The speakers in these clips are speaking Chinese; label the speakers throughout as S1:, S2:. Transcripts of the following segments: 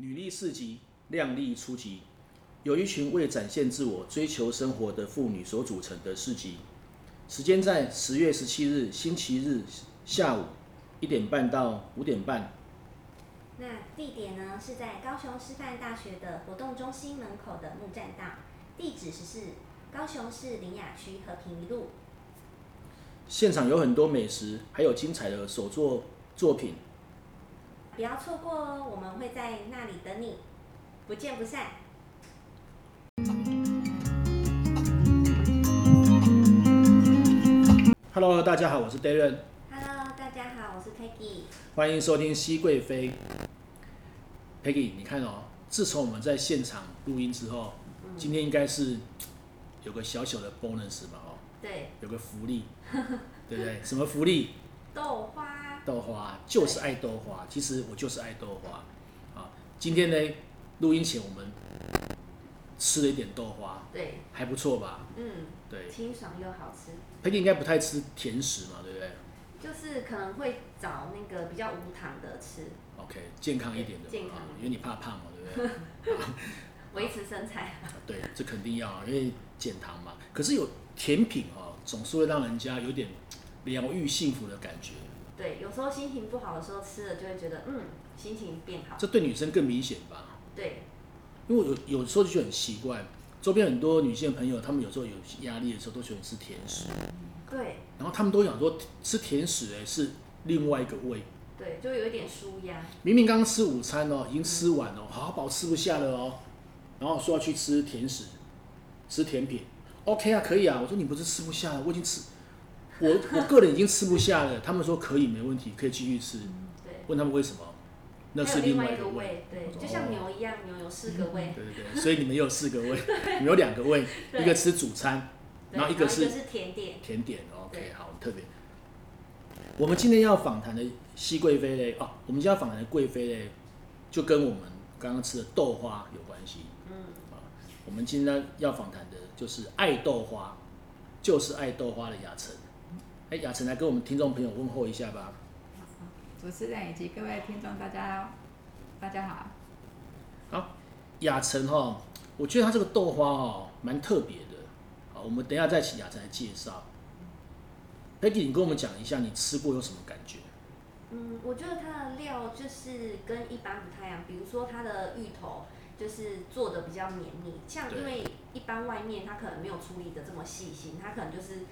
S1: 女力市集，靓丽出击，由一群为展现自我、追求生活的妇女所组成的市集。时间在十月十七日星期日下午一点半到五点半。
S2: 那地点呢是在高雄师范大学的活动中心门口的木栈道，地址是高雄市林雅区和平一路。
S1: 现场有很多美食，还有精彩的手作作品。
S2: 不要错过哦，我们会在那里等你，不见不散。
S1: Hello，大家好，我是 Darren，
S2: Hello，大家好，我是 Peggy。
S1: 欢迎收听《熹贵妃》。Peggy，你看哦，自从我们在现场录音之后，今天应该是嘖有个小小的 bonus 吧？哦，
S2: 对，
S1: 有个福利， 对不对？什么福利？
S2: 豆花，
S1: 豆花就是爱豆花，其实我就是爱豆花啊。今天呢，录音前我们吃了一点豆花，
S2: 对，
S1: 还不错吧？
S2: 嗯，
S1: 对
S2: 清爽又好吃，
S1: 佩蒂应该不太吃甜食嘛，对不对
S2: 就是可能会找那个比较无糖的吃，
S1: ？OK，健康一点的嘛，
S2: 健康
S1: 啊因为你怕胖嘛，对不对？
S2: 维持身材。
S1: 对，这肯定要啊，因为减糖嘛。可是有甜品哦，总是会让人家有点疗愈幸福的感觉，
S2: 对，有时候心情不好的时候吃了就会觉得，嗯，心情变好。
S1: 这对女生更明显吧？
S2: 对，
S1: 因为我有有时候就觉得很奇怪，周边很多女性朋友，她们有时候有压力的时候都喜欢吃甜食。
S2: 对，
S1: 然后他们都想说吃甜食哎、是另外一个味，
S2: 对，就有一点舒压。
S1: 明明刚刚吃午餐哦，已经吃完了，好饱吃不下了哦，然后说要去吃甜食，吃甜品，OK 啊，可以啊，我说你不是吃不下了，我已经吃，我我个人已经吃不下了，他们说可以没问题，可以继续吃，
S2: 对，
S1: 问他们为什么，那
S2: 还
S1: 是
S2: 有另
S1: 另
S2: 外
S1: 外
S2: 一
S1: 一个
S2: 个
S1: 味，哦
S2: 味，对
S1: 我，说
S2: 就像牛一样，牛有四个
S1: 对
S2: 胃，
S1: 对对，所以你们也有四个味，你们有两个味，
S2: 对
S1: 一个吃主餐，
S2: 对
S1: 然后一个是
S2: 甜点，
S1: 甜点，OK，
S2: 对
S1: 好，特别。我们今天要访谈的熹贵妃嘞，哦，我们今天要访谈的贵妃嘞，就跟我们刚刚吃的豆花有关系。
S2: 嗯，
S1: 我们今天要访谈的就是爱豆花，就是爱豆花的雅晨。哎，雅晨来跟我们听众朋友问候一下吧。
S3: 主持人以及各位听众，大家大家好。
S1: 好，雅晨哈、我觉得它这个豆花哦，蛮特别的。好，我们等一下再请雅晨来介绍。Peggy，你跟我们讲一下你吃过有什么感觉？
S2: 嗯，我觉得它的料就是跟一般不太一样，比如说它的芋头就是做的比较绵密，像
S1: 对
S2: 因为一般外面它可能没有处理的这么细心，它可能就是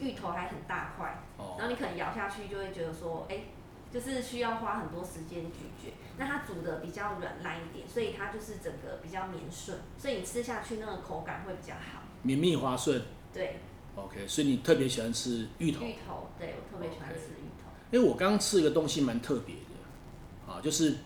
S2: 芋头还很大块，
S1: 哦
S2: 然，后你可能咬下去就会觉得说，哎、就是需要花很多时间咀嚼。那它煮的比较软烂一点，所以它就是整个比较绵顺，所以你吃下去那个口感会比较好。
S1: 绵密滑顺。
S2: 对，
S1: OK，所以你特别喜欢吃芋头，
S2: 芋头，对我特别喜欢吃芋头。
S1: 因为我刚刚吃一个东西蛮特别的，啊，就是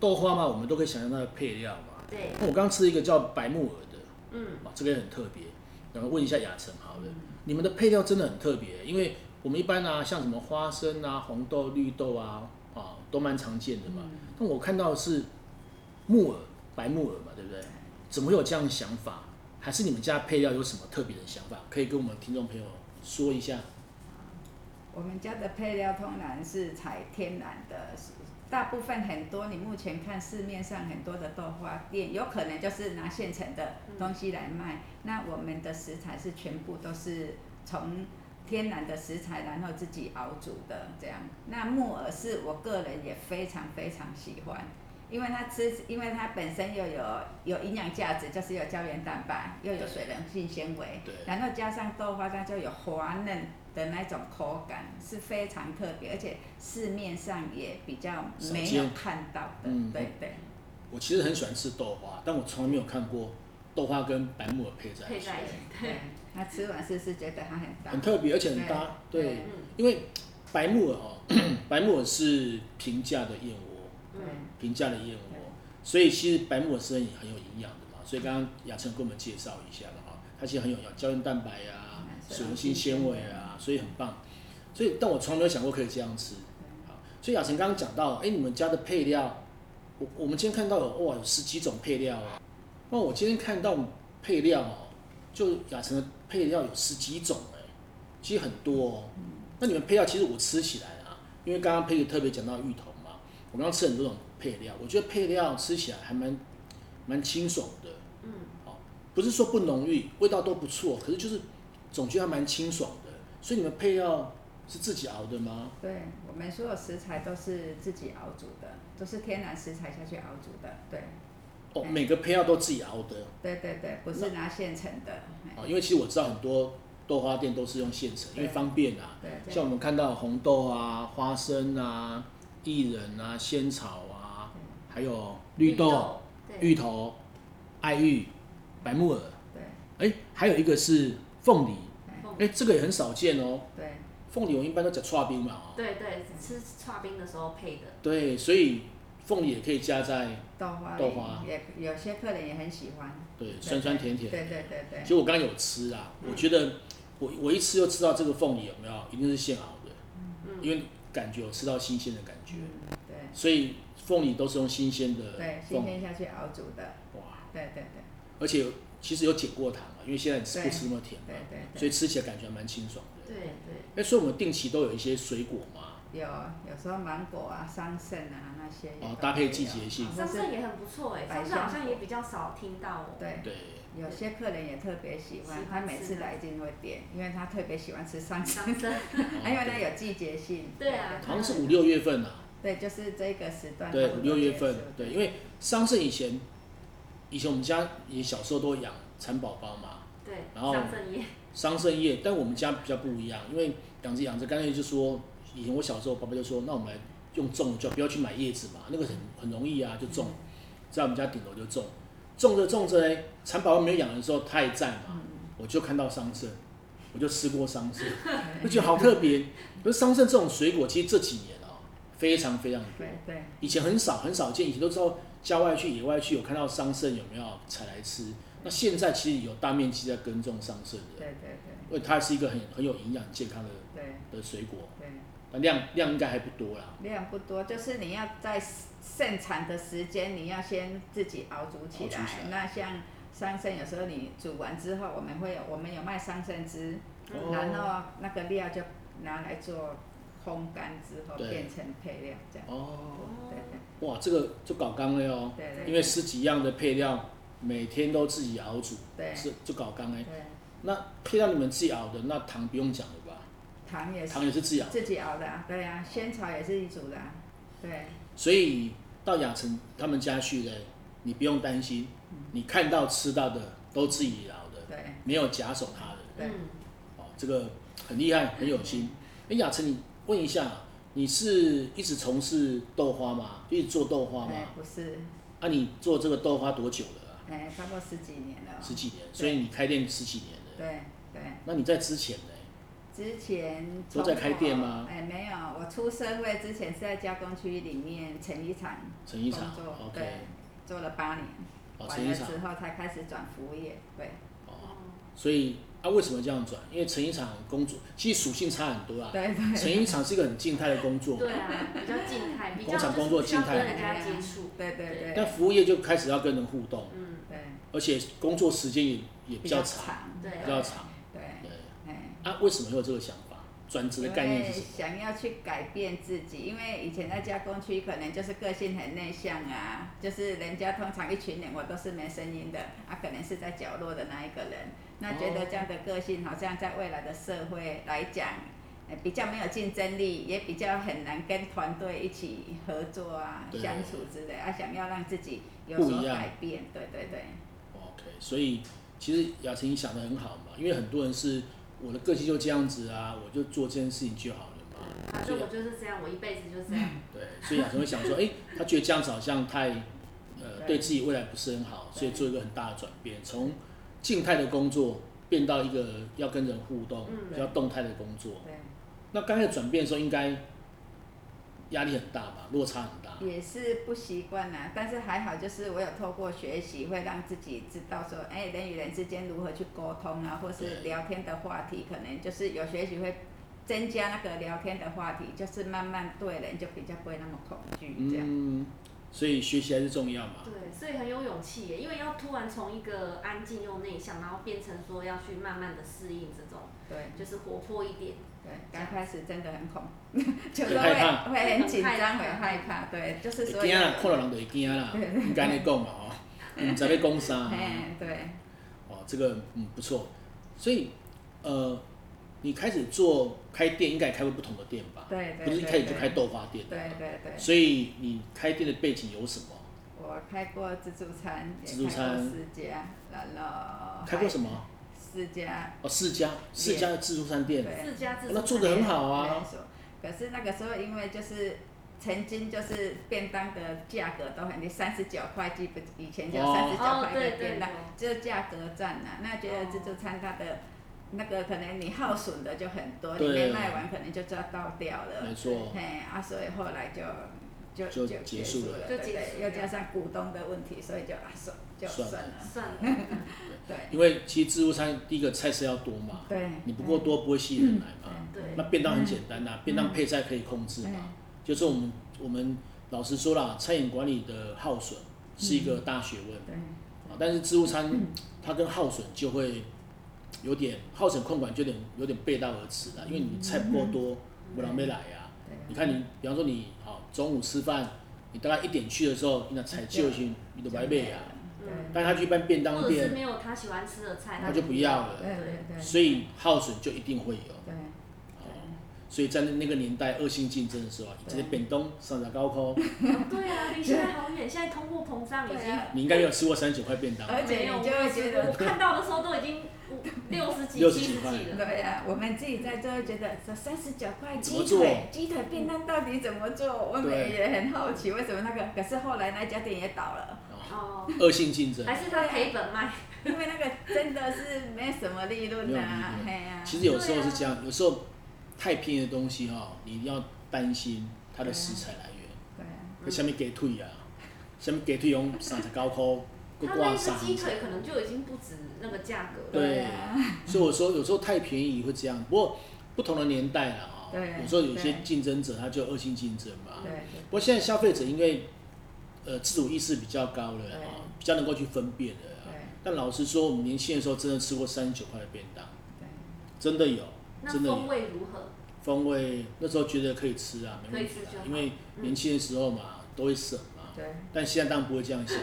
S1: 豆花嘛，我们都可以想象它的配料嘛。
S2: 对，
S1: 那我刚吃一个叫白木耳的，
S2: 嗯，
S1: 啊，这个也很特别。然后问一下雅晨好了，你们的配料真的很特别，因为我们一般啊，像什么花生啊、红豆、绿豆啊，啊，都蛮常见的嘛。但我看到的是木耳，白木耳嘛，对不对？怎么会有这样的想法？还是你们家配料有什么特别的想法？可以跟我们听众朋友说一下。
S3: 我们家的配料通常是采天然的，大部分很多你目前看市面上很多的豆花店，有可能就是拿现成的东西来卖。那我们的食材是全部都是从天然的食材，然后自己熬煮的这样。那木耳是我个人也非常非常喜欢。因为它吃，因为它本身又有有营养价值，就是有胶原蛋白，又有水溶性纤维，
S1: 对
S3: 然后加上豆花，它就有滑嫩的那种口感，是非常特别，而且市面上也比较没
S1: 少
S3: 有
S1: 见
S3: 看到的，
S1: 嗯
S3: 对对
S1: 我其实很喜欢吃豆花，但我从来没有看过豆花跟白木耳配在一
S2: 配
S1: 起，
S2: 在一起，
S3: 对。它吃完是不是觉得它很
S1: 很
S3: 大？
S1: 特别，而且很搭。对，
S3: 对
S2: 嗯，
S1: 因为白木耳哦， 白木耳是平价的燕窝，
S3: 对
S2: 嗯，
S1: 平价的燕窝，所以其实白木耳是很很有营养的嘛。所以刚刚雅晨跟我们介绍一下了哈，它其实很有营养胶原蛋白啊、
S3: 嗯
S1: 水溶性纤维啊，所以很棒。所以，但我从来没有想过可以这样吃。好，所以雅晨刚刚讲到，哎、你们家的配料，我我们今天看到有哇，有十几种配料啊。那我今天看到配料哦，就雅晨的配料有十几种哎、其实很多哦。那你们配料其实我吃起来啊，因为刚刚佩姐特别讲到芋头嘛，我刚刚吃很多种配料，我觉得配料吃起来还蛮蛮清爽的，
S2: 嗯，
S1: 不是说不浓郁，味道都不错，可是就是总觉得还蛮清爽的。所以你们配料是自己熬的吗？
S3: 对，我们所有食材都是自己熬煮的，都是天然食材下去熬煮的。对，
S1: 哦，
S3: 哎
S1: 每个配料都自己熬的
S3: 对对对，不是拿现成的。
S1: 哦，因为其实我知道很多豆花店都是用现成，因为
S3: 对
S1: 方便啊。
S3: 对对
S1: 像我们看到红豆啊、花生啊、薏仁啊、仙草啊，还有绿豆、
S2: 对，
S1: 芋头、爱玉、白木耳，
S3: 对
S1: 哎，还有一个是凤梨，
S2: 凤
S1: 哎，这个也很少见哦。
S3: 对，
S1: 凤梨我们一般都讲刨冰嘛，哦，
S2: 对对，吃刨冰的时候配的，
S1: 对，所以凤梨也可以加在
S3: 豆花
S1: 豆花
S3: 也有些客人也很喜欢。
S1: 对
S3: 对
S1: 酸酸甜
S3: 对
S1: 甜。
S3: 对对对
S1: 其实我刚刚有吃啊，
S2: 嗯
S1: 我觉得我我一吃就知道这个凤梨有没有，一定是现熬的，
S2: 嗯，
S1: 因为感觉有吃到新鲜的感觉，
S3: 嗯对
S1: 所以凤梨都是用新鲜的
S3: 对，新
S1: 呃凤梨
S3: 鲜下去熬煮的。
S1: 哇，
S3: 对对对
S1: 而且有其实有减过糖嘛，啊因为现在你吃不
S3: 对
S1: 吃那么甜嘛
S3: 对，对
S1: 所以吃起来感觉还蛮清爽的。
S2: 对对，
S1: 哎，所以我们定期都有一些水果嘛，
S3: 对，有有时候芒果啊、桑葚啊那些也都会有。
S1: 哦搭配季节性
S3: 啊
S2: 上
S3: 或
S2: 次
S3: 是
S2: 也很不错哎，上
S3: 百
S2: 次好
S3: 香
S2: 像
S3: 果
S2: 也比较少听到哦，
S3: 对。
S1: 对，
S3: 有些客人也特别喜欢
S2: 喜，
S3: 他
S2: 欢
S3: 每
S2: 吃
S3: 次来一定会点，因为他特别喜欢吃桑葚，
S2: 上次
S1: 哦
S3: 啊因为它
S1: 对
S3: 有季节性。
S2: 对啊
S1: 好像是五六月份啊，
S3: 对，就是这个时段。
S1: 对，五六月份，对，
S3: 对
S1: 因为桑葚以前，以前我们家也小时候都养蚕宝宝嘛，
S2: 对，
S1: 然后
S2: 上阵也
S1: 桑葚叶，但我们家比较不一样，因为养着养着，干脆就说，以前我小时候，爸爸就说，那我们来用种的，就不要去买叶子嘛，那个很很容易啊，就种，在我们家顶楼就种，种着种着呢，哎蚕宝宝没有养的时候，它也在嘛，我就看到桑葚，我就吃过桑葚，我觉得好特别。可是桑葚这种水果，其实这几年哦、非常非常多
S3: 对，对
S1: 以前很少很少见，以前都知道郊外去、野外去有看到桑葚有没有采来吃。那现在其实有大面积在耕种桑葚的，
S3: 对对对
S1: 因为它是一个很很有营养健康的
S3: 对
S1: 的水果，
S3: 对，
S1: 但量量应该还不多啦。
S3: 量不多，就是你要在盛产的时间，你要先自己熬煮
S1: 熬
S3: 起
S1: 煮
S3: 来
S1: 起来。
S3: 那像桑葚，有时候你煮完之后，我们会有我们有卖桑葚汁，
S1: 哦
S2: 嗯
S3: 然后那个料就拿来做烘干之后
S1: 对
S3: 变成配料这样。
S1: 哦，
S3: 对对。
S1: 哇，这个就搞刚了哦，
S3: 对对
S1: 因为十几样的配料，每天都自己熬煮，
S3: 对
S1: 是就搞刚哎。
S3: 对，
S1: 那配料你们自己熬的，那糖不用讲了吧？
S3: 糖也
S1: 糖
S3: 是
S1: 也是自己熬，
S3: 自己熬的、啊，对啊，仙草也是一组的、啊，对
S1: 所以到雅城他们家去嘞，你不用担心，你看到吃到的都自己熬的。
S3: 对
S1: 没有假手他的，
S3: 对
S2: 嗯，
S1: 哦，这个很厉害，很有心。哎，雅晨，你问一下，你是一直从事豆花吗？一直做豆花
S3: 哎
S1: 吗？
S3: 不是，
S1: 啊，你做这个豆花多久了啊、啊
S3: 哎，差不多十几年了哦，
S1: 十几年，所以你开店十几年了。
S3: 对对，
S1: 那你在之前呢？
S3: 之前
S1: 都在开店吗
S3: 从我哎，没有，我出社会之前是在加工区里面成衣厂
S1: 成衣
S3: 工
S1: 厂
S3: 作，对
S1: ，OK，，
S3: 做了八年，
S1: 哦，成
S3: 完
S1: 衣
S3: 了
S1: 厂，
S3: 之后才开始转服务业，对
S1: 哦，所以啊，为什么这样转？因为成衣厂工作其实属性差很多啊。
S3: 对 对
S1: 成衣厂是一个很静态的工作，
S2: 对啊，比较 静态，比较
S1: 工厂工作
S2: 就是需要
S1: 静态
S2: 跟人家接触，
S3: 对啊对
S1: 但
S3: 对
S1: 服务业就开始要跟人互动，
S2: 嗯，
S3: 对，
S1: 而且工作时间也也比较长，
S3: 长，
S2: 对
S1: 比较长。
S3: 对，
S1: 对。
S3: 哎。
S1: 啊，为什么会有这个想法？转职的概念是什么？
S3: 想要去改变自己，因为以前在加工区可能就是个性很内向啊，就是人家通常一群人我都是没声音的，啊，可能是在角落的那一个人。那觉得这样的个性好像在未来的社会来讲，呃比较没有竞争力，也比较很难跟团队一起合作啊、
S1: 对
S3: 相处之类啊，想要让自己有
S1: 不
S3: 所
S1: 一样
S3: 改变，对对对
S1: OK，所以其实雅琴你想的很好嘛，因为很多人是我的个性就这样子啊，我就做这件事情就好了嘛。
S2: 反
S1: 所
S2: 正
S1: 以
S2: 我啊就是这样，我一辈子就这样，
S1: 对，所以雅琴会想说，哎、他觉得这样子好像太，呃，对
S3: 对
S1: 自己未来不是很好，所以
S3: 对
S1: 做一个很大的转变，从静态的工作变到一个要跟人互动、
S2: 嗯
S1: 比较动态的工作。
S3: 对。
S1: 那刚开始转变的时候，应该压力很大吧，落差很大。
S3: 也是不习惯啦，但是还好，就是我有透过学习，会让自己知道说，哎、人与人之间如何去沟通啊，或是
S1: 对
S3: 聊天的话题，可能就是有学习会增加那个聊天的话题，就是慢慢对人就比较不会那么恐惧这样。
S1: 嗯，所以学习还是重要嘛。
S2: 对，所以很有勇气耶，因为要突然从一个安静又内向，然后变成说要去慢慢的适应这种，
S3: 对
S2: 就是活泼一点，
S3: 对，刚开始真的很恐， 就是
S1: 很害
S3: 会
S1: 怕
S3: 会很紧
S2: 很害怕
S3: 张，会害怕，对，就是所
S1: 会
S3: 以，
S1: 惊啊啦，看到人就会惊 啦，应该你讲嘛吼，毋知要讲啥啊。
S3: 哎，对，
S1: 哦，这个嗯不错，所以呃，你开始做开店，应该也开过不同的店吧？
S3: 对对
S1: 不是一
S3: 对
S1: 开始就
S3: 对
S1: 开豆花店的
S3: 对
S1: 嘛。
S3: 对对，
S1: 所以你开店的背景有什么？
S3: 我开过自助餐，
S1: 自助
S3: 也开
S1: 餐
S3: 过四家，然后
S1: 开过什么？
S3: 四家，
S1: 哦，四家四家的自助餐店，
S3: 对
S2: 自家自
S1: 那做的很好啊
S3: 连。锁。可是那个时候因为就是。曾经就是便当的价格都很低，三十九块，基本以前就
S1: 哦
S3: 三十九
S2: 哦
S3: 块一
S2: 对
S3: 个
S2: 对
S3: 便当
S2: 有，
S3: 就价格战呐、啊那觉得自助餐它的那个可能你耗损的就很多，你
S1: 对
S3: 没卖完可能就就要倒掉了。
S1: 没错
S3: 嘿啊，所以后来就就
S1: 就结
S3: 结
S1: 束了
S3: 了，
S2: 就
S3: 对
S2: 结束
S3: 对，
S2: 了
S3: 又加上股东的问题，所以就啊算就
S1: 算
S3: 算
S1: 了
S3: 了，
S2: 算了，
S3: 对
S1: 因为其实自助餐第一个菜色要多嘛，
S3: 对。
S1: 你不够多不会吸引人来嘛。
S2: 对，
S1: 那便当很简单啦，便当配菜可以控制
S3: 嗯，
S1: 嘛。就是我们我们老实说啦，餐饮管理的耗损是一个大学问。
S3: 对
S1: 啊，但是自助餐它跟耗损就会有点耗损控管就有点有点背道而驰了，因为你菜不够多，我人没来呀、
S3: 对
S1: 你看你，比方说你好中午吃饭，你大概一点去的时候，你那菜就已经你都白买啊，
S3: 嗯对
S1: 但是他去一般便当
S2: 或者是
S1: 店，
S2: 没有他喜欢吃的菜，
S1: 他就不要了
S3: 对对对，
S1: 所以耗损就一定会有。
S3: 对
S1: 哦所以在那个年代恶性竞争的时候啊，这些便当上涨高空，
S2: 对啊，离现在好远，现在通货膨胀已
S3: 对
S2: 经。
S3: 啊，
S1: 你应该没有吃过三十九块便当吧，
S3: 而且
S2: 没有
S3: 你就会觉得
S2: 我看到的时候都已经五六十几、
S1: 六十
S2: 七
S1: 几
S2: 十
S1: 块
S2: 几了。
S3: 对呀、我们自己在做，觉得这三十九块
S1: 怎么
S3: 鸡
S1: 做
S3: 腿，鸡腿便当到底怎么做？我们
S1: 对
S3: 也很好奇，为什么那个？可是后来那家店也倒了，
S2: 哦，
S1: 恶性竞争。
S3: 哎
S2: 还是他赔本卖，
S3: 因为那个真的是没什么利润
S1: 没有利
S3: 呐、
S1: 润
S3: 嘿呀、
S1: 其实有时候是这
S3: 啊
S1: 样，有时候太便宜的东西哈、你一定要担心它的食材来源，
S3: 对啊，
S1: 那下面给退啊，下面给退用三十高扣，搁
S2: 他那
S1: 挂
S2: 一只
S1: 上。
S2: 鸡腿可能就已经不止那个价格了。
S1: 对
S3: 啊，
S1: 所以我说有时候太便宜会这样，不过不同的年代了啊、
S3: 对
S1: 有时候有些
S3: 对
S1: 竞争者他就恶性竞争嘛。
S3: 对
S1: 不过现在消费者因为呃自主意识比较高了啊、
S3: 对
S1: 比较能够去分辨了啊、
S3: 对
S1: 但老实说，我们年轻的时候真的吃过三十九块的便当，真的有，
S2: 那
S1: 真的有
S2: 风。味如何？
S1: 风味那时候觉得可以吃啊，没问题
S2: 可以吃就
S1: 啊
S2: 好，嗯
S1: 因为年轻的时候嘛，都会省嘛。
S3: 对
S1: 但现在当然不会这样 想，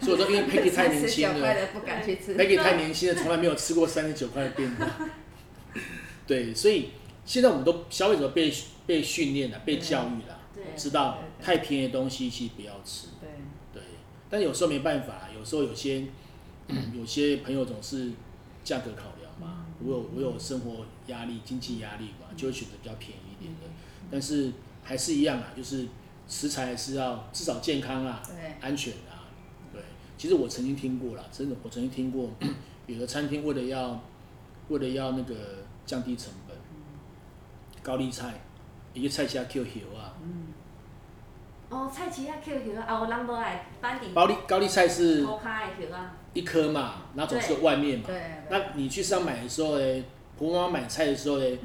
S1: 所以我说，因为
S3: 对，
S1: Peggy 太年
S3: 十
S1: 轻
S3: 九块
S1: 了
S3: 的不敢去吃，
S1: ，Peggy 太年轻了，从来没有吃过三十九块的便 当。对，所以现在我们都消费者被被训练了，被教育了，
S2: 对，
S1: 知道
S3: 对对
S1: 太便宜的东西其实不要吃。
S3: 对
S1: 对，但有时候没办法，啊有时候有些、嗯有些朋友总是价格考量嘛，我有我有生活压力、经济压力嘛，就会选择比较便宜一点的。但是还是一样啊，就是食材还是要至少健康啊、
S3: 对
S1: 安全啊。对，其实我曾经听过啦，真的，我曾经听过 有的餐厅为了要为了要那个降低成本，高丽菜一个菜价 Q 油啊，
S2: 哦，菜奇亚 Q 球啊，我人无来班底
S1: 高丽高丽菜是
S2: 头卡的球啊，
S1: 一颗嘛，然后总是有
S2: 对
S1: 外面嘛。
S3: 对对
S1: 那你去上买的时候呢，婆妈买菜的时候呢，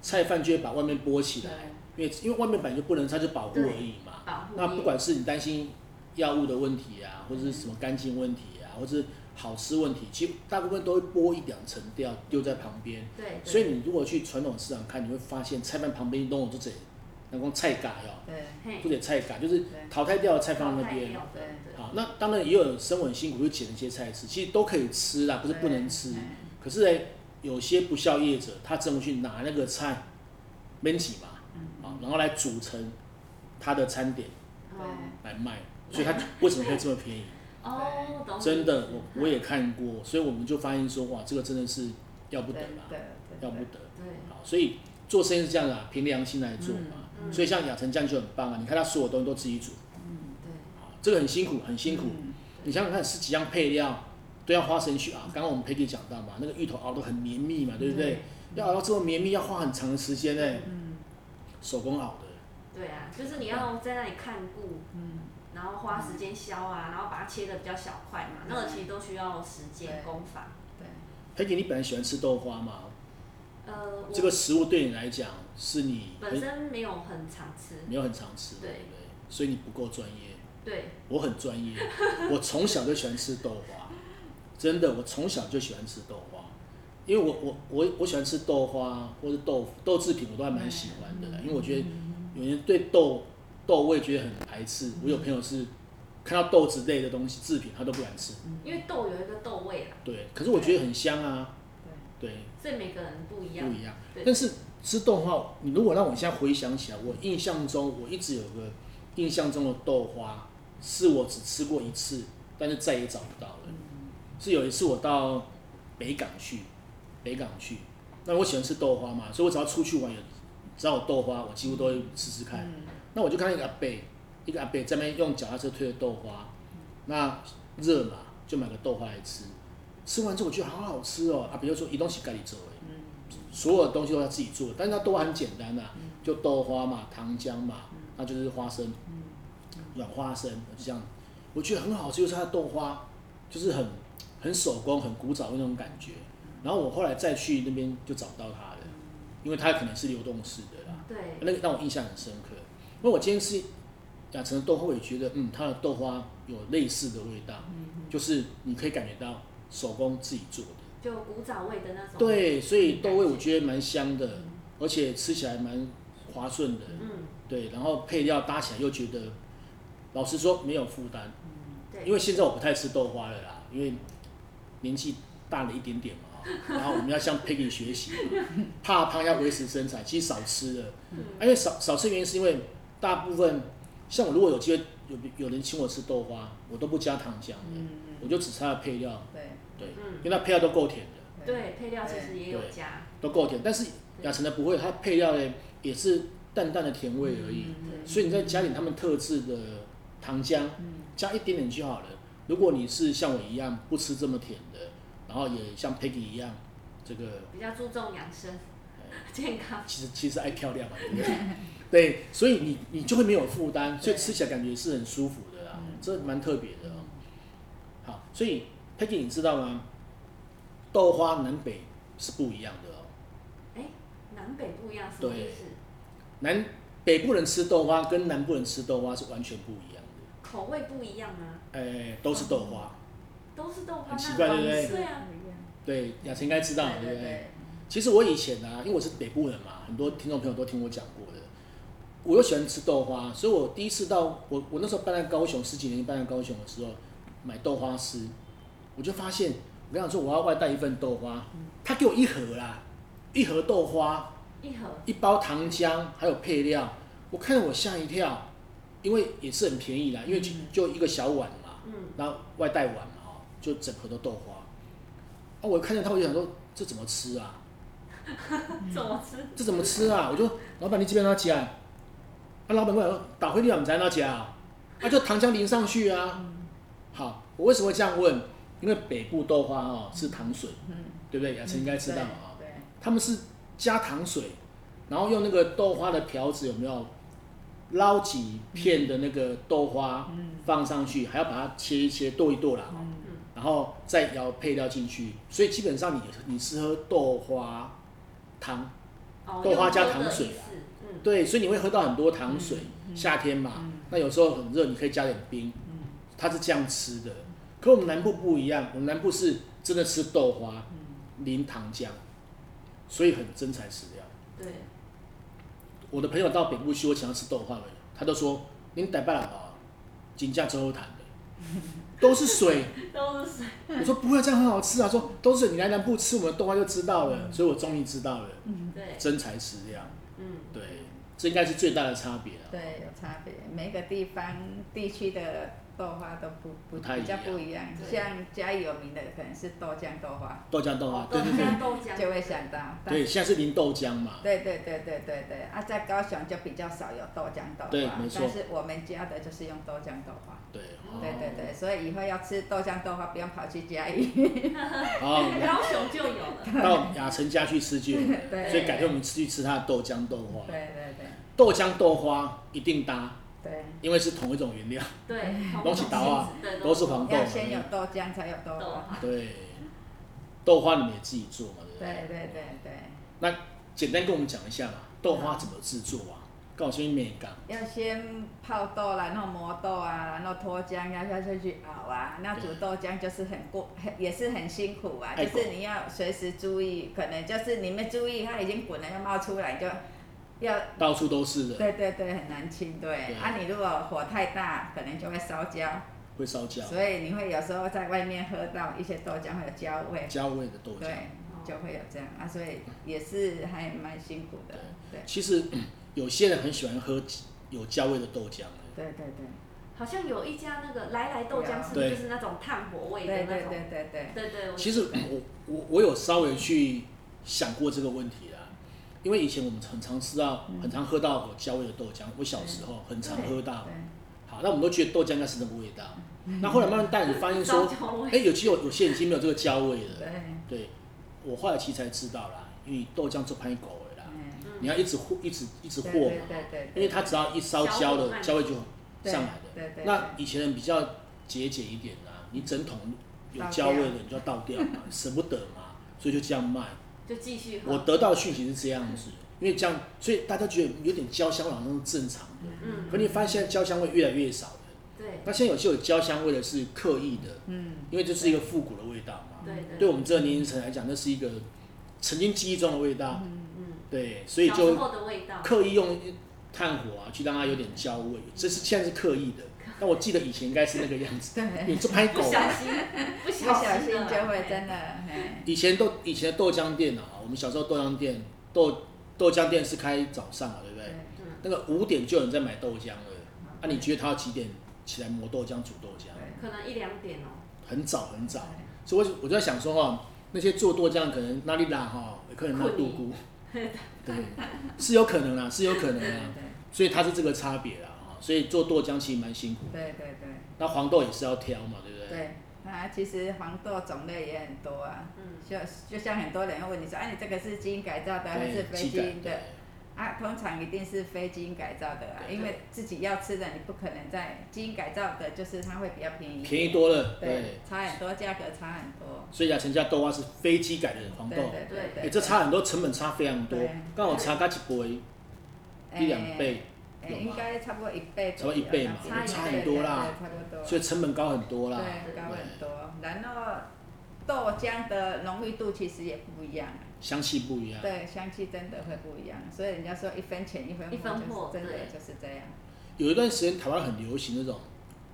S1: 菜贩就会把外面剥起来，因为因为外面本来就不能，它就保护而已嘛。
S2: 保护
S1: 那
S2: 业
S1: 不管是你担心药物的问题啊，或者是什么干净问题啊，或者是好吃问题，其实大部分都会剥一两层掉丢在旁边。
S2: 对，对
S1: 所以你如果去传统市场看，你会发现菜贩旁边都有这种，那种菜嘎哟，
S3: 对
S2: 嘿
S1: 这种菜嘎就是淘汰掉的菜放在那
S2: 淘汰
S1: 边哦
S2: 掉。的
S3: 对
S1: 好，那当然也有人生活很辛苦，就捡了一些菜吃，其实都可以吃啦，不是不能吃。
S3: 对
S1: 可是呢，有些不孝业者，他真的去拿那个菜焖起嘛，
S3: 嗯
S1: 啊，然后来组成他的餐点
S2: 哦
S1: 来卖，所以他为什么会这么 便宜？
S2: 哦，懂你
S1: 真的，我我也看过，所以我们就发现说，哇，这个真的是要不得
S3: 真
S1: 啦，
S3: 的
S1: 要不
S3: 对
S1: 得。
S2: 对，
S1: 好，所以做生意是这样的、啊，凭良心来做嘛。
S2: 嗯
S1: 所以像亚成酱就很棒啊，你看他所有东西都自己煮，
S2: 对，
S1: 啊，这个很辛苦，很辛苦。
S3: 嗯
S1: 你想想看，十几样配料都要花神去熬。刚刚我们 Peggy 讲到嘛，那个芋头熬得很绵密
S2: 嗯
S1: 嘛，对不对？要熬到这么绵密，要花很长的时间呢、
S3: 嗯
S1: 手工熬的。
S2: 对啊，就是你要在那里看顾，
S3: 嗯
S2: 然后花时间削啊，然后把它切的比较小块嘛，那个其实都需要时间
S3: 对
S2: 功法。
S3: 对
S1: Peggy，你本来喜欢吃豆花嘛？
S2: 呃，我
S1: 这个食物对你来讲是你
S2: 本
S1: 很
S2: 身没有很常吃，
S1: 没有很常吃嘛，
S2: 对
S1: 对不对？所以你不够专业。
S2: 对，
S1: 我很专业， 我从小就喜欢吃豆花，真的，我从小就喜欢吃豆花。因为我我我我喜欢吃豆花或者豆腐豆制品，我都还蛮喜欢的啦。因为我觉得有人对豆豆味觉得很排斥，我有朋友是看到豆子类的东西制品，他都不敢吃。
S2: 因为豆有一个豆味啦，
S1: 对，可是我觉得很香啊，
S3: 对，
S1: 对，
S2: 所以每个人不一样
S1: 不。一样
S2: 对。
S1: 但是吃豆花，你如果让我现在回想起来，我印象中我一直有个印象中的豆花，是我只吃过一次，但是再也找不到了。
S2: 嗯
S1: 是有一次我到北港去，北港去，那我喜欢吃豆花嘛，所以我只要出去玩有只要有豆花，我几乎都会试试看。
S3: 嗯
S1: 那我就看到一个阿伯，一个阿伯在那边用脚踏车推着豆花，那热嘛，就买个豆花来吃。吃完之后我觉得好好吃哦，阿伯就说一东西该你做的。
S3: 嗯
S1: 所有的东西都他自己做，但是它豆花很简单呐、就豆花嘛、糖浆嘛，那就是花生，软花生就这样。我觉得很好吃，就是它的豆花就是很很手工、很古早的那种感觉。然后我后来再去那边就找不到它了，因为它可能是流动式的啦。
S2: 对，
S1: 那个让我印象很深刻，因为我今天吃亚城的豆花，我也觉得嗯，它的豆花有类似的味道，就是你可以感觉到手工自己做的。
S2: 就古早味的那种。，
S1: 对，所以豆味我觉得蛮香的，而且吃起来蛮滑顺的。
S2: 嗯，
S1: 对，然后配料搭起来又觉得，老实说没有负担，
S2: 对，
S1: 因为现在我不太吃豆花了啦，因为年纪大了一点点嘛，然后我们要向 Peggy 学习，怕胖要维持身材，其实少吃了，
S2: 嗯
S1: 啊因为少少吃原因是因为大部分像我如果有机会有有人请我吃豆花，我都不加糖浆的，
S3: 嗯，
S1: 我就只差配料，
S3: 对
S1: 对，
S2: 嗯，
S1: 因为它配料都够甜的。
S2: 对，配料其实也有加。
S1: 都够甜，但是亚城的不会，它配料呢也是淡淡的甜味而已，
S3: 嗯
S1: 所以你再加点他们特制的糖浆，加一点点就好了。如果你是像我一样不吃这么甜的，然后也像 Peggy 一样，这个
S2: 比较注重养生、健康。
S1: 其实其实爱漂亮嘛，对不 对对，所以你你就会没有负担，所以吃起来感觉是很舒服的啦，
S3: 嗯
S1: 这蛮特别的、哦。好，所以 Peggy 你知道吗？豆花南北是不一样的哦。
S2: 哎，南北不一样，什么意思？
S1: 南北部人吃豆花跟南部人吃豆花是完全不一样的，
S2: 口味不一样吗？
S1: 哎，都是豆
S3: 哦
S1: 花。
S2: 都是豆花，
S1: 很奇
S2: 那
S1: 怪
S2: 方
S1: 对不对
S2: 式对啊，
S1: 对，雅晨应该知道，对
S3: 对
S1: 不对
S3: 对？，
S1: 其实我以前啊，因为我是北部人嘛，很多听众朋友都听我讲过的。我又喜欢吃豆花，所以我第一次到我我那时候搬在高雄，十几年前搬在高雄的时候，买豆花丝，我就发现，我跟他说我要外带一份豆花，他给我一盒啦，一盒豆花，
S2: 一盒
S1: 一包糖浆，还有配料，我看了我吓一跳，因为也是很便宜啦，因为就就一个小碗嘛，
S2: 嗯，
S1: 然后外带碗嘛，哦就整盒都豆花。啊，我看见他，我就想说这怎么吃啊？
S2: 怎么吃？
S1: 这怎么吃啊？我就老板，你这边拿起来。啊，老板过来说打回你碗才拿起来啊，啊就糖浆淋上去啊。好，我为什么会这样问？因为北部豆花哦是糖水，
S3: 嗯，
S1: 对不对？雅晨应该知道啊、哦。
S3: 对，
S1: 他们是加糖水，然后用那个豆花的瓢子有没有捞几片的那个豆花放上去，还要把它切一切剁一剁啦，然后再舀配料进去。所以基本上你你是喝豆花汤，
S2: 哦，
S1: 豆花加
S2: 用多的
S1: 糖水
S2: 意思
S1: 啊
S2: 嗯，
S1: 对，所以你会喝到很多糖水。夏天嘛，
S3: 嗯
S1: 那有时候很热，你可以加点冰，它是这样吃的。可我们南部不一样，我们南部是真的吃豆花淋糖浆，所以很真材实料。
S2: 对，
S1: 我的朋友到北部去，我请他吃豆花了，他都说您台北人啊，金价周后谈的，都是水。
S2: 都是水。
S1: 我说不会，这样很好吃啊。说都是水你来南部吃我们的豆花就知道了，所以我终于知道了，
S2: 对，
S1: 真材实料。
S2: 嗯，
S1: 对，这应该是最大的差别啊。
S3: 对，有差别，每个地方地区的豆花都不不
S1: 不太一
S3: 比
S1: 样
S3: 较不一样，
S2: 对
S3: 像家里有名的可能是豆浆豆花，
S1: 豆浆豆花，哦对对对
S2: 加豆浆
S3: 就会想到，但
S1: 对，现在是淋豆浆嘛，
S3: 对对对对对对啊，在高雄就比较少有豆浆豆花，
S1: 对没错
S3: 但是我们家的就是用豆浆豆花，
S1: 对，
S3: 对
S1: 哦，
S3: 对对，所以以后要吃豆浆豆花不用跑去嘉义，
S1: 好，
S2: 高雄就有了。
S1: 到雅晨家去吃去，
S3: 对
S1: 所以改天我们去吃他的豆浆豆
S3: 对
S1: 花，
S3: 对对
S1: 豆浆豆花一定搭，
S3: 对。
S1: 因为是同一种原料，
S2: 对，
S1: 拢是豆啊
S2: 对，
S1: 都是黄豆
S3: 要
S1: 嘛。
S3: 先有豆浆才有豆
S2: 豆
S3: 花，
S2: 啊。
S1: 对，豆花你们也自己做嘛，对不
S3: 对
S1: 对？
S3: 对对对，
S1: 那简单跟我们讲一下嘛，豆花怎么制作啊？告诉你美感，
S3: 要先泡豆，然后磨豆啊，然后脱浆，要下下去熬啊。那煮豆浆就是很过， 很也是很辛苦啊，
S1: 哎
S3: 就是你要随时注意，可能就是你没注意，它已经滚了要冒出来，就要
S1: 到处都是的，
S3: 嗯对对对很难清。对
S1: 对
S3: 啊，你如果火太大，可能就会烧焦，
S1: 会烧焦、
S3: 所以你会有时候在外面喝到一些豆浆会有焦味，
S1: 焦味的豆
S3: 对
S1: 浆。，
S2: 哦
S3: 就会有这样啊，所以也是还蛮辛苦的。对
S1: 其实嗯有些人很喜欢喝有焦味的豆浆，
S3: 对对对。
S2: 好像有一家那个来来豆浆，是不是
S1: 对啊
S2: 就是那种炭火味的
S3: 对
S2: 那
S3: 对
S2: 种？
S3: 对对对，
S2: 对对，我
S1: 其实我我我有稍微去想过这个问题啦，因为以前我们很常吃到、很常喝到有焦味的豆浆，我小时候很常喝到。
S3: 对
S1: 好，那我们都觉得豆浆应该是那个味道，那后来慢慢带你发现
S2: 烧
S1: 说，
S2: 焦
S1: 哎、
S2: 味，
S1: 有其实有有些已经没有这个焦味了。
S3: 对，
S1: 对，我后来其实才知道啦，因为豆浆做拍狗了啦，
S3: 嗯，
S1: 你要一直和一直一直和
S3: 对
S1: 嘛
S3: 对，对
S1: 因
S3: 对，
S1: 为它只要一烧焦
S2: 小火慢
S1: 了，焦味就
S3: 对
S1: 上来了。
S3: 对对，
S1: 那以前人比较节俭一点啦、你整桶有焦味的你就要倒掉嘛，舍不得嘛，所以就这样卖。
S2: 就继续喝。
S1: 我得到的讯息是这样子，因为这样，所以大家觉得有点焦香味好像是正常的，
S2: 嗯，
S1: 可你发现现在焦香味越来越少了。
S2: 对
S1: 那现在有些有焦香味的是刻意的，
S3: 嗯，
S1: 因为这是一个复古的味道嘛。
S2: 对对
S1: 对我们这个年龄层来讲，那是一个曾经记忆中的味道。
S2: 嗯，
S1: 对，所以
S2: 小时
S1: 就
S2: 候的味道，
S1: 刻意用炭火啊，去让它有点焦味，这是现在是刻意的。但我记得以前应该是那个样子，
S3: 对，
S1: 你这拍
S2: 不
S1: 狗啊，
S2: 小 心，不
S3: 不
S2: 小
S3: 小心
S2: 心的
S3: 就会
S2: 哎
S3: 真的，哎，
S1: 以前豆以前的豆浆店啊，我们小时候豆浆店豆豆浆店是开早上嘛，对不对？
S3: 对，
S1: 那个五点就有人在买豆浆了，那、你啊觉得他要几点起来磨豆浆、煮豆浆？
S3: 对，
S2: 可能一两点哦。
S1: 很早很早，所以我就我就在想说哈、那些做豆浆可能哪里啦哈，有可能他度孤，对，是有可能啦，是有可能啦，所以它是这个差别啦哈，所以做豆浆其实蛮辛苦，
S3: 对对对对
S1: 那黄豆也是要挑嘛，对不对？
S3: 对，啊，其实黄豆种类也很多啊。
S2: 嗯，
S3: 就就像很多人会问你说，啊，你这个是基因改造的还是非
S1: 鸡
S3: 基
S1: 蛋
S3: 因的？啊，通常一定是非基因改造的啊，因为自己要吃的，你不可能在基因改造的，就是它会比较便宜，
S1: 对便宜，多了，
S3: 对，差很多，价格差很多，
S1: 所以亚成家豆花是非机改的黄豆
S3: 对，对对
S1: 哎、
S3: 对，
S1: 这差很多，成本差非常多
S3: 对。
S1: 刚好差个一倍，一两倍，
S3: 哎，
S1: 有吗
S3: 应该差不多一倍
S1: 差不多
S3: 左右，
S1: 一倍嘛
S3: 差一
S2: 差
S3: 倍
S2: 很
S1: 多啦
S3: 对对差不多。
S1: 所以成本高很多啦。
S3: 哎对，高很多。然后豆浆的浓郁度其实也不一样，
S1: 香气不一样。
S3: 对，香气真的会不一样。所以人家说一分钱一分货，
S2: 一分货
S3: 就是真的
S2: 对
S3: 就是这样。
S1: 有一段时间台湾很流行那种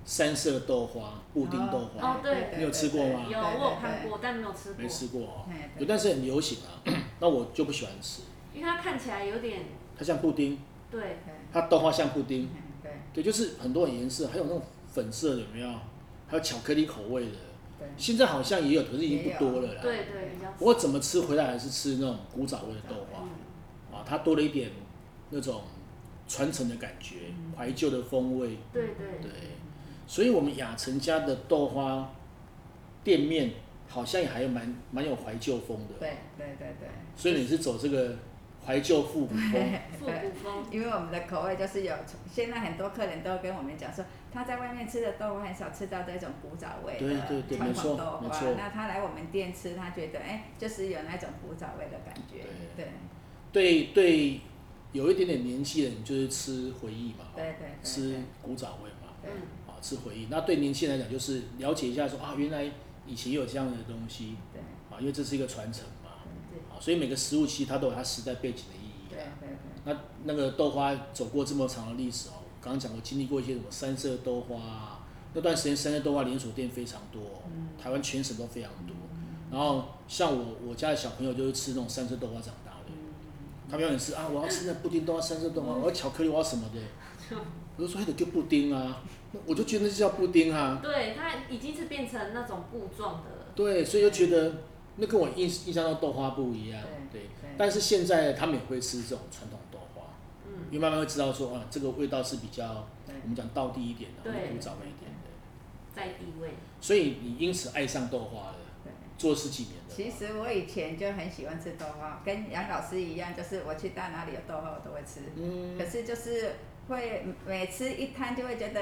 S1: 三色豆花、布丁豆花，
S2: 哦对
S1: 你有吃过吗
S2: 有我有看。过，但没有吃过
S1: 嗯没，吃过哦、
S3: 哎对
S1: 有段时间很流行啊， 那我就不喜欢吃。
S2: 因为它看起来有点
S1: 它像布丁，
S2: 对
S3: 对对
S1: 它豆花像布
S3: 对
S1: 丁，
S3: 嗯对
S1: 对，就是很多种颜色，还有那种粉色的有没有？还有巧克力口味的，
S3: 对
S1: 现在好像也有，可是已经不多了啦。
S2: 对对比较
S1: 啊我怎么吃回来还是吃那种古早味的豆花。
S2: 嗯
S1: 啊，它多了一点那种传承的感觉，怀旧的风味。
S2: 对对
S1: 对，所以我们雅成家的豆花店面好像也还有蛮蛮有怀旧风的。
S3: 对对对对。
S1: 所以你是走这个怀旧复古风，
S2: 复古风，
S3: 因为我们的口味就是有，现在很多客人都跟我们讲说，他在外面吃的豆花很少吃到这种古早味
S1: 对
S3: 的
S1: 对对
S3: 传
S1: 没
S3: 统
S1: 错
S3: 豆
S1: 没
S3: 花
S1: 错。
S3: 那他来我们店吃，他觉得哎，就是有那种古早味的感觉。
S1: 对
S3: 对
S1: 对对，有一点点年纪的人就是吃回忆嘛，
S3: 对对对。
S1: 吃
S3: 对
S1: 古早味嘛，
S3: 对
S2: 嗯
S1: 啊，吃回忆。那对年轻人来讲，就是了解一下说啊，原来以前也有这样的东西
S3: 对
S1: 啊，因为这是一个传承嘛，
S2: 对
S1: 啊，所以每个食物其实它都有它时代背景的意义
S3: 对
S1: 啊。
S3: 对对
S1: 那那个豆花走过这么长的历史哦，刚刚讲过经历过一些什么三色豆花啊，那段时间三色豆花连锁店非常多哦、台湾全省都非常多。然后像我我家的小朋友就是吃那种三色豆花长大的，他们永远是啊我要吃那布丁豆花、三色豆花，我要巧克力，我要什么的，我就说那就布丁啊，那我就觉得那就叫布丁啊，
S2: 对，它已经是变成那种布状的了，
S1: 对，所以就觉得那跟我印印象中豆花不一样，对。
S3: 对
S1: 但是现在他们也会吃这种传统豆花，
S2: 嗯，
S1: 因为慢慢会知道说啊，这个味道是比较
S3: 对
S1: 我们讲道地一点的，
S2: 对
S1: 或者古早味一点的，
S2: 在地位，
S1: 所以你因此爱上豆花了，
S3: 对。
S1: 做十几年了。
S3: 其实我以前就很喜欢吃豆花，跟杨老师一样，就是我去到哪里有豆花我都会吃。
S1: 嗯
S3: 可，是就是会每吃一摊就会觉得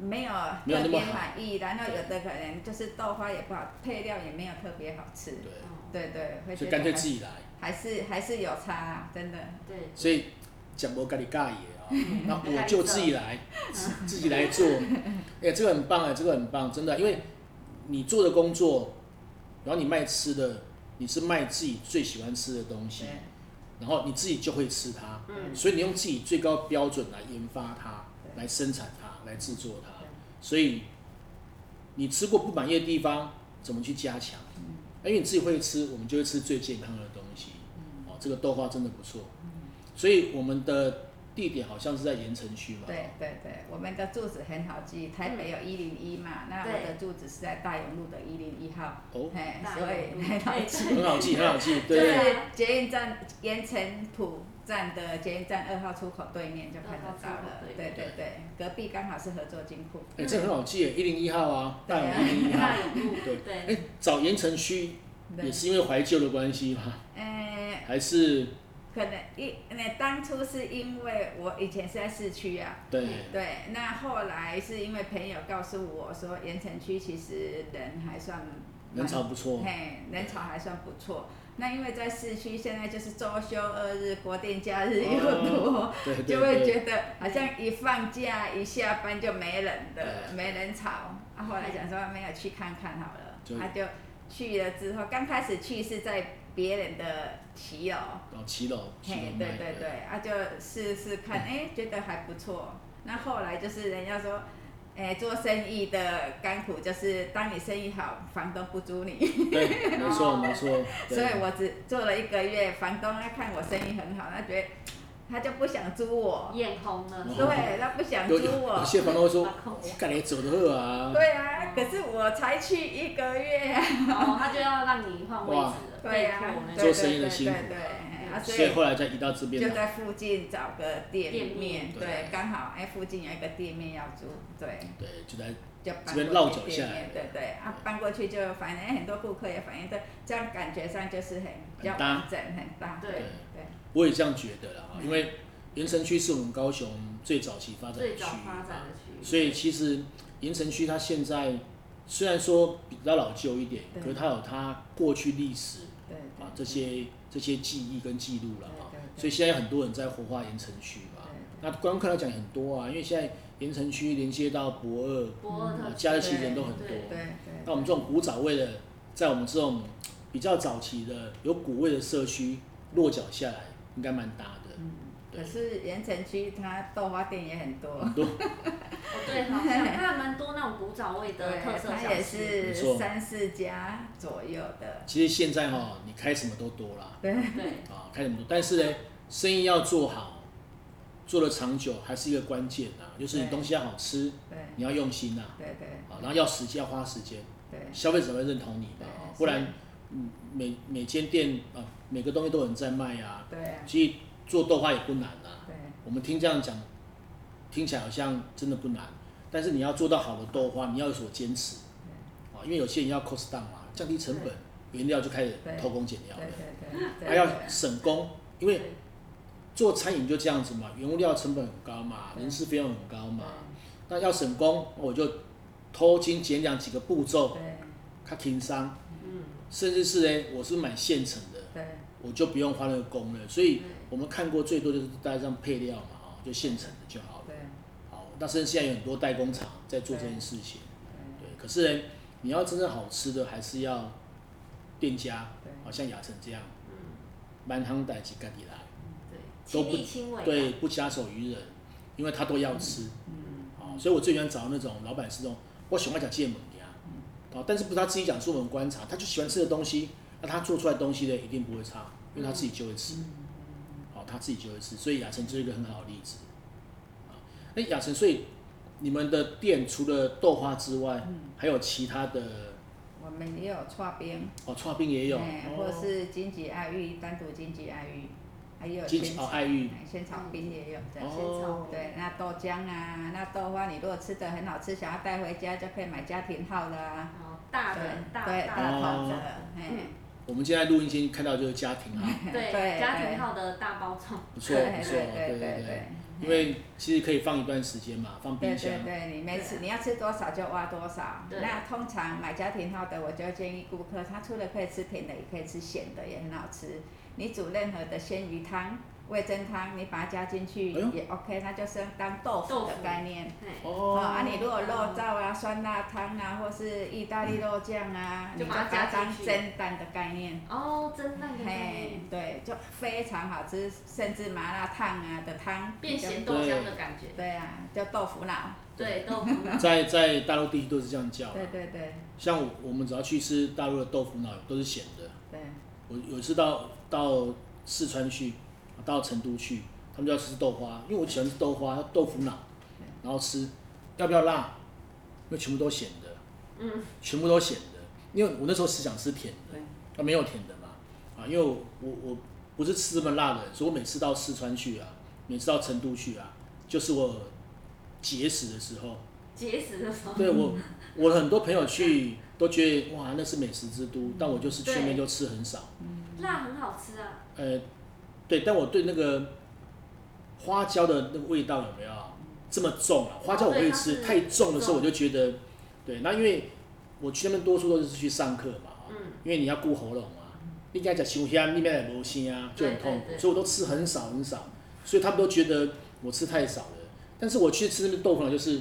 S3: 没有
S1: 没有那
S3: 特
S1: 么
S3: 别
S1: 好
S3: 满意，然后
S1: 对
S3: 有的可能就是豆花也不好，配料也没有特别好吃。
S1: 对，
S2: 哦
S3: 对对，会
S1: 所
S3: 觉
S1: 以干脆
S3: 得
S1: 自己来，
S3: 还还是还是有差、真的。
S2: 对，
S1: 所以讲不咖喱咖喱啊，
S3: 嗯
S1: 那我就自己来，自自己来做。哎、这个很棒啊，这个很棒，真的，因为你做的工作，然后你卖吃的，你是卖自己最喜欢吃的东西，
S3: 对
S1: 然后你自己就会吃它，
S2: 嗯
S1: 所以你用自己最高标准来研发它，
S3: 对
S1: 来生产它，来制作它
S3: 对。
S1: 所以你吃过不满意的地方，怎么去加强？哎因为你自己会吃，我们就会吃最健康的东西。
S3: 嗯
S1: 哦，这个豆花真的不错。所以我们的地点好像是在盐城区嘛。
S3: 对对对，我们的住址很好记，台北有一零一嘛，那我
S2: 对
S3: 的住址是在大勇路的一零一号，
S1: 哦，
S3: 哎，
S2: 大
S3: 所以很好记。
S1: 很好记，很好记。对
S3: 就
S1: 对
S2: 啊
S3: 是捷运站盐城浦站的捷运站二号出口对面就看得到
S2: 二
S3: 了
S2: 号出口，
S3: 对
S2: 对
S3: 对对，隔壁刚好是合作金库，
S1: 哎、这很好记，一零一号啊，大
S3: 对
S1: 勇
S3: 啊
S1: 一零一号
S2: 大。勇路，
S1: 对
S2: 对
S1: 哎、找盐城区也
S3: 对，
S1: 是因为怀旧的关系吗？
S3: 哎，
S1: 还是
S3: 可能一那当初是因为我以前是在市区啊，
S1: 对？
S3: 对，那后来是因为朋友告诉我说，盐城区其实人还算蛮
S1: 人潮不错，
S3: 嘿，人潮还算不错。那因为在市区，现在就是周休二日、国定假日又多，
S1: 对对对，
S3: 就会觉得好像一放假一下班就没人的，
S1: 对
S3: 没人吵。啊，后来想说没有去看看好了，
S1: 就
S3: 他、就去了之后，刚开始去是在别人的骑楼，
S1: 哦，骑楼，骑楼
S3: 嘿，
S1: 卖
S3: 对对对，啊，就试试看，哎、觉得还不错。那后来就是人家说，哎、做生意的甘苦就是，当你生意好，房东不租你。
S1: 哎对，没错 没错，对
S3: 所以我只做了一个月，房东他看我生意很好，他觉得他就不想租我，
S2: 眼红了，
S1: 嗯
S3: 对，他不想租
S1: 哦有有
S3: 我
S1: 有，些房东会说，
S2: 把控
S1: 我赶紧走的喝啊，
S3: 对啊，可是我才去一个 月啊，
S2: 哦，他就要让你换位置了，
S3: 对
S2: 被
S3: 啊
S2: 迫那，种
S3: 对
S1: 做
S3: 对
S1: 生意的辛苦嗯
S3: 对对对，啊，所
S1: 所以
S3: 以
S1: 后来再移到这边啊
S3: 就
S1: 来，
S3: 在附近找个店
S2: 店
S3: 面，
S2: 面
S3: 对，刚好哎，附近有一个店面要租，对，
S1: 对，就在这
S3: 就搬
S1: 边
S3: 过
S1: 落
S3: 去
S1: 脚下
S3: 店
S1: 来
S3: 面，，对对，啊，搬过去就反正哎很多顾客也反映，这这样感觉上就是很比较
S1: 很搭
S3: 完整，很搭，
S2: 对
S1: 对，
S3: 对。嗯
S1: 我也这样觉得啦，因为盐城区是我们高雄最早期发展的
S2: 最
S1: 区
S2: 早
S1: 域
S2: 发
S1: 嘛
S2: 展的区域，
S1: 所以其实盐城区它现在虽然说比较老旧一点，
S3: 对
S1: 可是它有它过去历史
S3: 对对
S1: 啊这些这些记忆跟记录了啊
S3: 嗯对对，对
S1: 所以现在很多人在活化盐城区嘛。那观光客来讲很多啊，因为现在盐城区连接到博二，
S2: 博尔特
S1: 啊
S2: 区
S1: 假日其实人都很多
S2: 嗯对。
S3: 对
S1: 那我们这种古早味的，在我们这种比较早期的有古味的社区落脚下来，应该蛮搭
S2: 嗯
S1: 的。
S3: 对，可是盐城区它豆花店也很
S1: 嗯
S3: 多，
S2: 哦对，好像它还蛮多那种古早味的
S3: 对
S2: 特，色
S3: 它
S2: 小
S3: 也
S2: 吃，
S1: 没
S3: 是
S1: 错
S3: 三四家左右的，
S1: 其实现在哈、你开什么都多啦，
S3: 对
S2: 对，
S1: 啊，开什么都，但是呢，生意要做好，做的长久还是一个关键啊，就是你
S3: 对
S1: 东西要好吃，
S3: 对
S1: 你要用心呐、
S3: 对对
S1: 啊，然后要时间，要花时间，
S3: 对
S1: 消费者会认同你的
S3: 对
S1: 啊，
S3: 是
S1: 不然，嗯，每每间店啊，每个东西都有人在卖啊，
S3: 对啊
S1: 其实做豆花也不难啊。
S3: 对
S1: 我们听这样讲，听起来好像真的不难，但是你要做到好的豆花，你要有所坚持啊，因为有些人要 cost down 嘛，降低成本，原料就开始
S3: 对
S1: 偷工减料
S3: 对
S1: 了，
S3: 对对对，
S1: 还要省工，因为
S2: 对
S1: 做餐饮就这样子嘛，原物料成本很高嘛，
S3: 对
S1: 人事费用很高嘛，那要省工，我就偷斤减两几个步骤，
S3: 对
S1: 它轻商，
S2: 嗯，
S1: 甚至是呢，我是买现成的，
S3: 对
S1: 我就不用花那个工了，所以
S2: 对
S1: 我们看过最多就是大家这样配料嘛，啊，就现成的就好了。
S3: 对
S1: 好，那甚至现在有很多代工厂在做这件事情，对。可是呢，你要真正好吃的，还是要店家，
S3: 对
S1: 好像雅成这样，
S2: 嗯，
S1: 满行带起干底来，
S2: 对，
S1: 都
S2: 亲
S1: 不
S2: 力亲
S3: 啊
S2: 为，
S1: 对，，不假手于人，因为他都要吃。
S2: 嗯，
S1: 哦，所以我最喜欢找那种老板是那种我喜欢讲芥末呀，
S3: 嗯
S1: 哦，但是不是他自己讲，是我们观察，他就喜欢吃的东西，那他做出来的东西呢，一定不会差，因为他自己就会
S3: 嗯
S1: 吃，哦，他自己就会吃，所以亚成就是一个很好的例子。啊，那亚成，所以你们的店除了豆花之外，
S3: 嗯
S1: 还有其他的
S3: 我们也有串冰，
S1: 哦，串冰也有，
S3: 哎
S1: 哦
S3: 或是金桔爱玉单独金桔爱玉，还有
S1: 金
S3: 仙
S1: 桔哦爱玉
S3: 哎仙草冰也有对。
S2: 仙草
S1: 哦，
S3: 对，那豆浆啊，那豆花，你如果吃的很好吃，想要带回家就可以买家庭号的啊，
S2: 然后大
S3: 对
S2: 的大
S3: 对，
S2: 大
S1: 哦
S3: 桶
S2: 包
S3: 的
S2: 装，，
S3: 嘿，
S1: 我们现在录音间看到就是家庭啊，
S2: 对，
S3: 对
S2: 家
S3: 对
S2: 庭号的大包装，
S1: 不错
S3: 对
S1: 不错，
S3: 对
S1: 对
S3: 对对对。
S1: 因为其实可以放一段时间嘛，放
S3: 对
S1: 冰箱
S3: 对，对，你每次
S2: 对
S3: 你要吃多少就挖多少。
S2: 对
S3: 那通常买家庭号的，我就建议顾客，他除了可以吃甜的，也可以吃咸的，也很好吃。你煮任何的鲜鱼汤，味噌汤，你把它加进去
S1: 哎呦
S3: 也 OK，它就是当豆
S2: 豆
S3: 腐的
S2: 腐
S3: 概念。
S2: 嘿，
S1: 哦，
S3: 哦，啊，你如果肉燥啊、酸辣汤啊，或是意大利肉酱啊，
S2: 就
S3: 你就
S2: 把它
S3: 把
S2: 加
S3: 它当
S2: 进去
S3: 蒸蛋的概念。
S2: 哦，蒸蛋的概
S3: 嘿
S2: 念，，
S3: 对，就非常好吃，甚至麻辣烫啊的汤
S2: 变
S3: 就
S2: 咸豆浆的感觉，
S3: 对啊，叫豆腐脑。
S2: 对，豆腐脑，
S1: 在在大陆地区都是这样叫啊，
S3: 对对对
S1: 像我我们只要去吃大陆的豆腐脑都是咸的。
S3: 对，
S1: 我有一次到到四川去，到成都去，他们就要吃豆花，因为我喜欢吃豆花，豆腐脑，然后吃，要不要辣？因为全部都咸的，
S2: 嗯，
S1: 全部都咸的，因为我那时候是想吃甜的
S3: 对，
S1: 啊没有甜的嘛，啊，因为我我我不是吃这么辣的人，所以我每次到四川去啊，每次到成都去啊，就是我节食的时候，
S2: 结实的时候，
S1: 对 我我很多朋友去都觉得哇那是美食之都，但我就是去那边
S2: 对
S1: 就吃很少。
S2: 辣很好吃啊，
S1: 呃，对，但我对那个花椒的那个味道有没有这么重啊？花椒我可以吃，
S2: 哦对它是
S1: 太重的时候我就
S2: 重
S1: 觉得，对，那因为我去那边多数都是去上课嘛，哦
S2: 嗯
S1: 因为你要顾喉咙嘛，你跟他讲香香，里面也没心啊，就很痛
S2: 对对
S1: 苦，
S2: 对
S1: 所以我都吃很少很少，所以他们都觉得我吃太少了。但是我去吃那个豆腐脑就是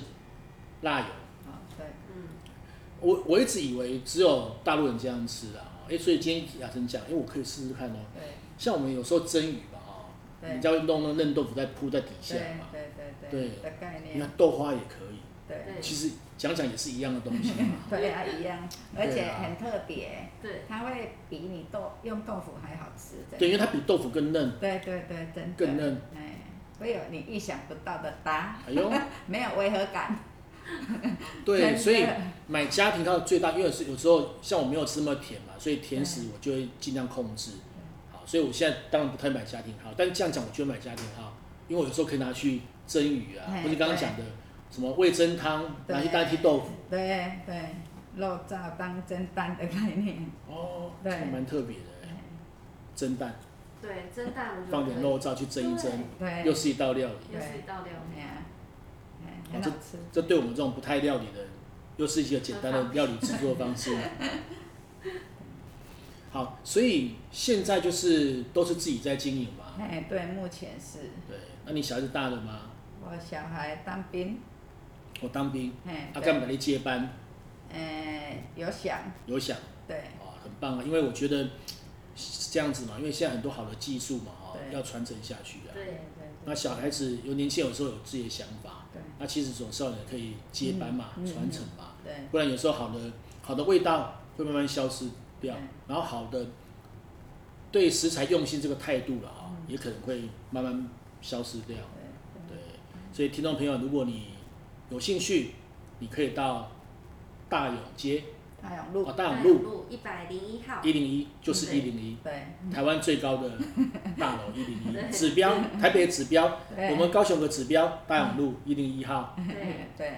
S1: 辣油，
S3: 好对。
S2: 嗯，
S1: 我我一直以为只有大陆人这样吃啊，哎、所以今天雅晨讲，哎、我可以试试看哦。
S3: 对
S1: 像我们有时候蒸鱼嘛，哦，
S3: 对
S1: 你要弄那嫩豆腐再铺在底下
S3: 对
S1: 嘛，
S3: 对对
S1: 对
S3: 的概
S1: 那
S3: 念，
S1: 豆花也可以。
S3: 对。
S2: 对
S1: 其实讲讲也是一样的东西嘛
S3: 对啊一样，而
S1: 对
S3: 且
S1: 啊
S3: 很特别，
S2: 对，
S3: 它会比你豆用豆腐还好吃的。
S1: 对，因为它比豆腐更嫩。
S3: 对对对，真的
S1: 更嫩，
S3: 哎，会有你意想不到的搭，
S1: 哎呦，
S3: 没有违和感。真
S1: 对，
S3: 的
S1: 所以买家庭它的最大，因为是有时候像我没有吃那么甜嘛，所以甜食我就会尽量控制。好，所以我现在当然不太买家庭号，但这样讲我就会买家庭号，因为我有时候可以拿去蒸鱼啊，
S3: 哎
S1: 或者刚刚讲的什么味噌汤，
S3: 对
S1: 拿去代替豆腐。
S3: 对对，肉燥当蒸蛋的概念。
S1: 哦，这
S3: 对
S1: 个蛮特别的
S3: 哎
S1: 欸，蒸蛋
S2: 对，蒸蛋我觉得
S1: 放点
S2: 可以，
S1: 肉燥去蒸一蒸。
S3: 对，
S1: 又是一道料理。
S2: 又是一道料理，
S3: 哎呀，哎
S1: 哦
S3: 很好吃。
S1: 这对我们这种不太料理的人，又是一个简单的料理制作方 式。好，所以现在就是都是自己在经营嘛。
S3: 哎，对，目前是
S1: 对，那你小孩子大了吗？
S3: 我小孩当兵，
S1: 我当兵，
S3: 哎，
S1: 阿
S3: 对
S1: 干嘛来接班？
S3: 哎，有想，
S1: 有想
S3: 对
S1: 哦，很棒啊！因为我觉得是这样子嘛，因为现在很多好的技术嘛，哦，
S3: 对
S1: 要传承下去啊。
S2: 对
S3: 对
S1: 那
S3: 对
S1: 小孩子有年轻，有时候有自己的想法，
S3: 对
S1: 那其实总是要有人可以接班嘛，
S3: 嗯嗯
S1: 传承嘛。
S3: 对
S1: 不然有时候好的好的味道会慢慢消失掉
S3: 嗯，
S1: 然后好的对食材用心这个态度了啊、也可能会慢慢消失掉。
S3: 嗯对。
S1: 对，所以听众朋友，如果你有兴趣，你可以到大勇街
S3: 大勇
S1: 啊
S3: 路，
S1: 大勇路
S2: 路一百零一号，
S1: 一零一，就是一零一，
S3: 嗯对嗯
S1: 台湾最高的大 楼一零
S2: 对
S1: 一，指标台北指标，
S3: 对，嗯
S1: 我们高雄的指标大勇路一零一号
S2: 对
S3: 对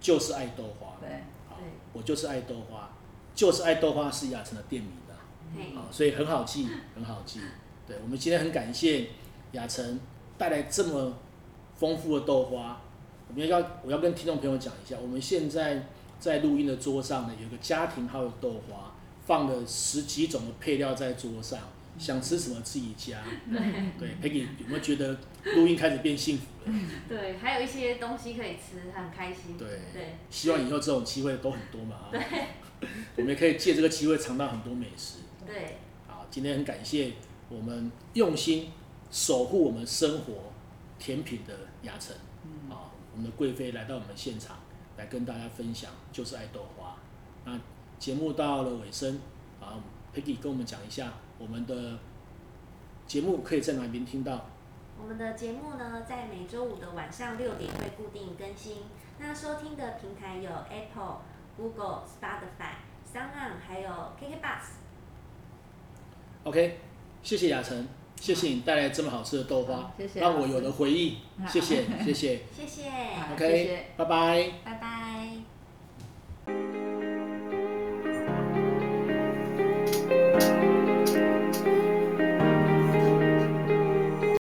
S1: 就是爱豆花，
S3: 对
S1: 好
S2: 对，
S1: 我就是爱豆花，就是爱豆花是亚城的店名啊。
S2: 嘿，
S1: 啊，所以很好记，很好记。对，我们今天很感谢雅晨带来这么丰富的豆花。我们要我要跟听众朋友讲一下，我们现在在录音的桌上呢，有个家庭号的豆花，放了十几种的配料在桌上，想吃什么自己加。对，Peggy 有没有觉得录音开始变幸福了？
S2: 对，还有一些东西可以吃，很开心，
S1: 对
S2: 对
S1: 希望以后这种机会都很多嘛。啊， 我们也可以借这个机会尝到很多美食。
S2: 对，
S1: 好，今天很感谢我们用心守护我们生活甜品的雅晨，啊，我们的贵妃来到我们现场来跟大家分享，就是爱豆花。那节目到了尾声，啊，Peggy 跟我们讲一下我们的节目可以在哪边听到？
S2: 我们的节目呢，在每周五的晚上六点会固定更新。那收听的平台有 Apple、Google、Spotify、s o u n 还有 KKBox。
S1: OK，谢谢雅晨，谢谢你带来这么好吃的豆花
S3: 好，谢谢
S1: 让我有了回忆，
S3: 好
S1: 谢谢，谢谢
S2: 谢谢，
S3: 好
S1: ，OK，
S3: 谢谢
S1: 拜拜。
S3: 拜拜。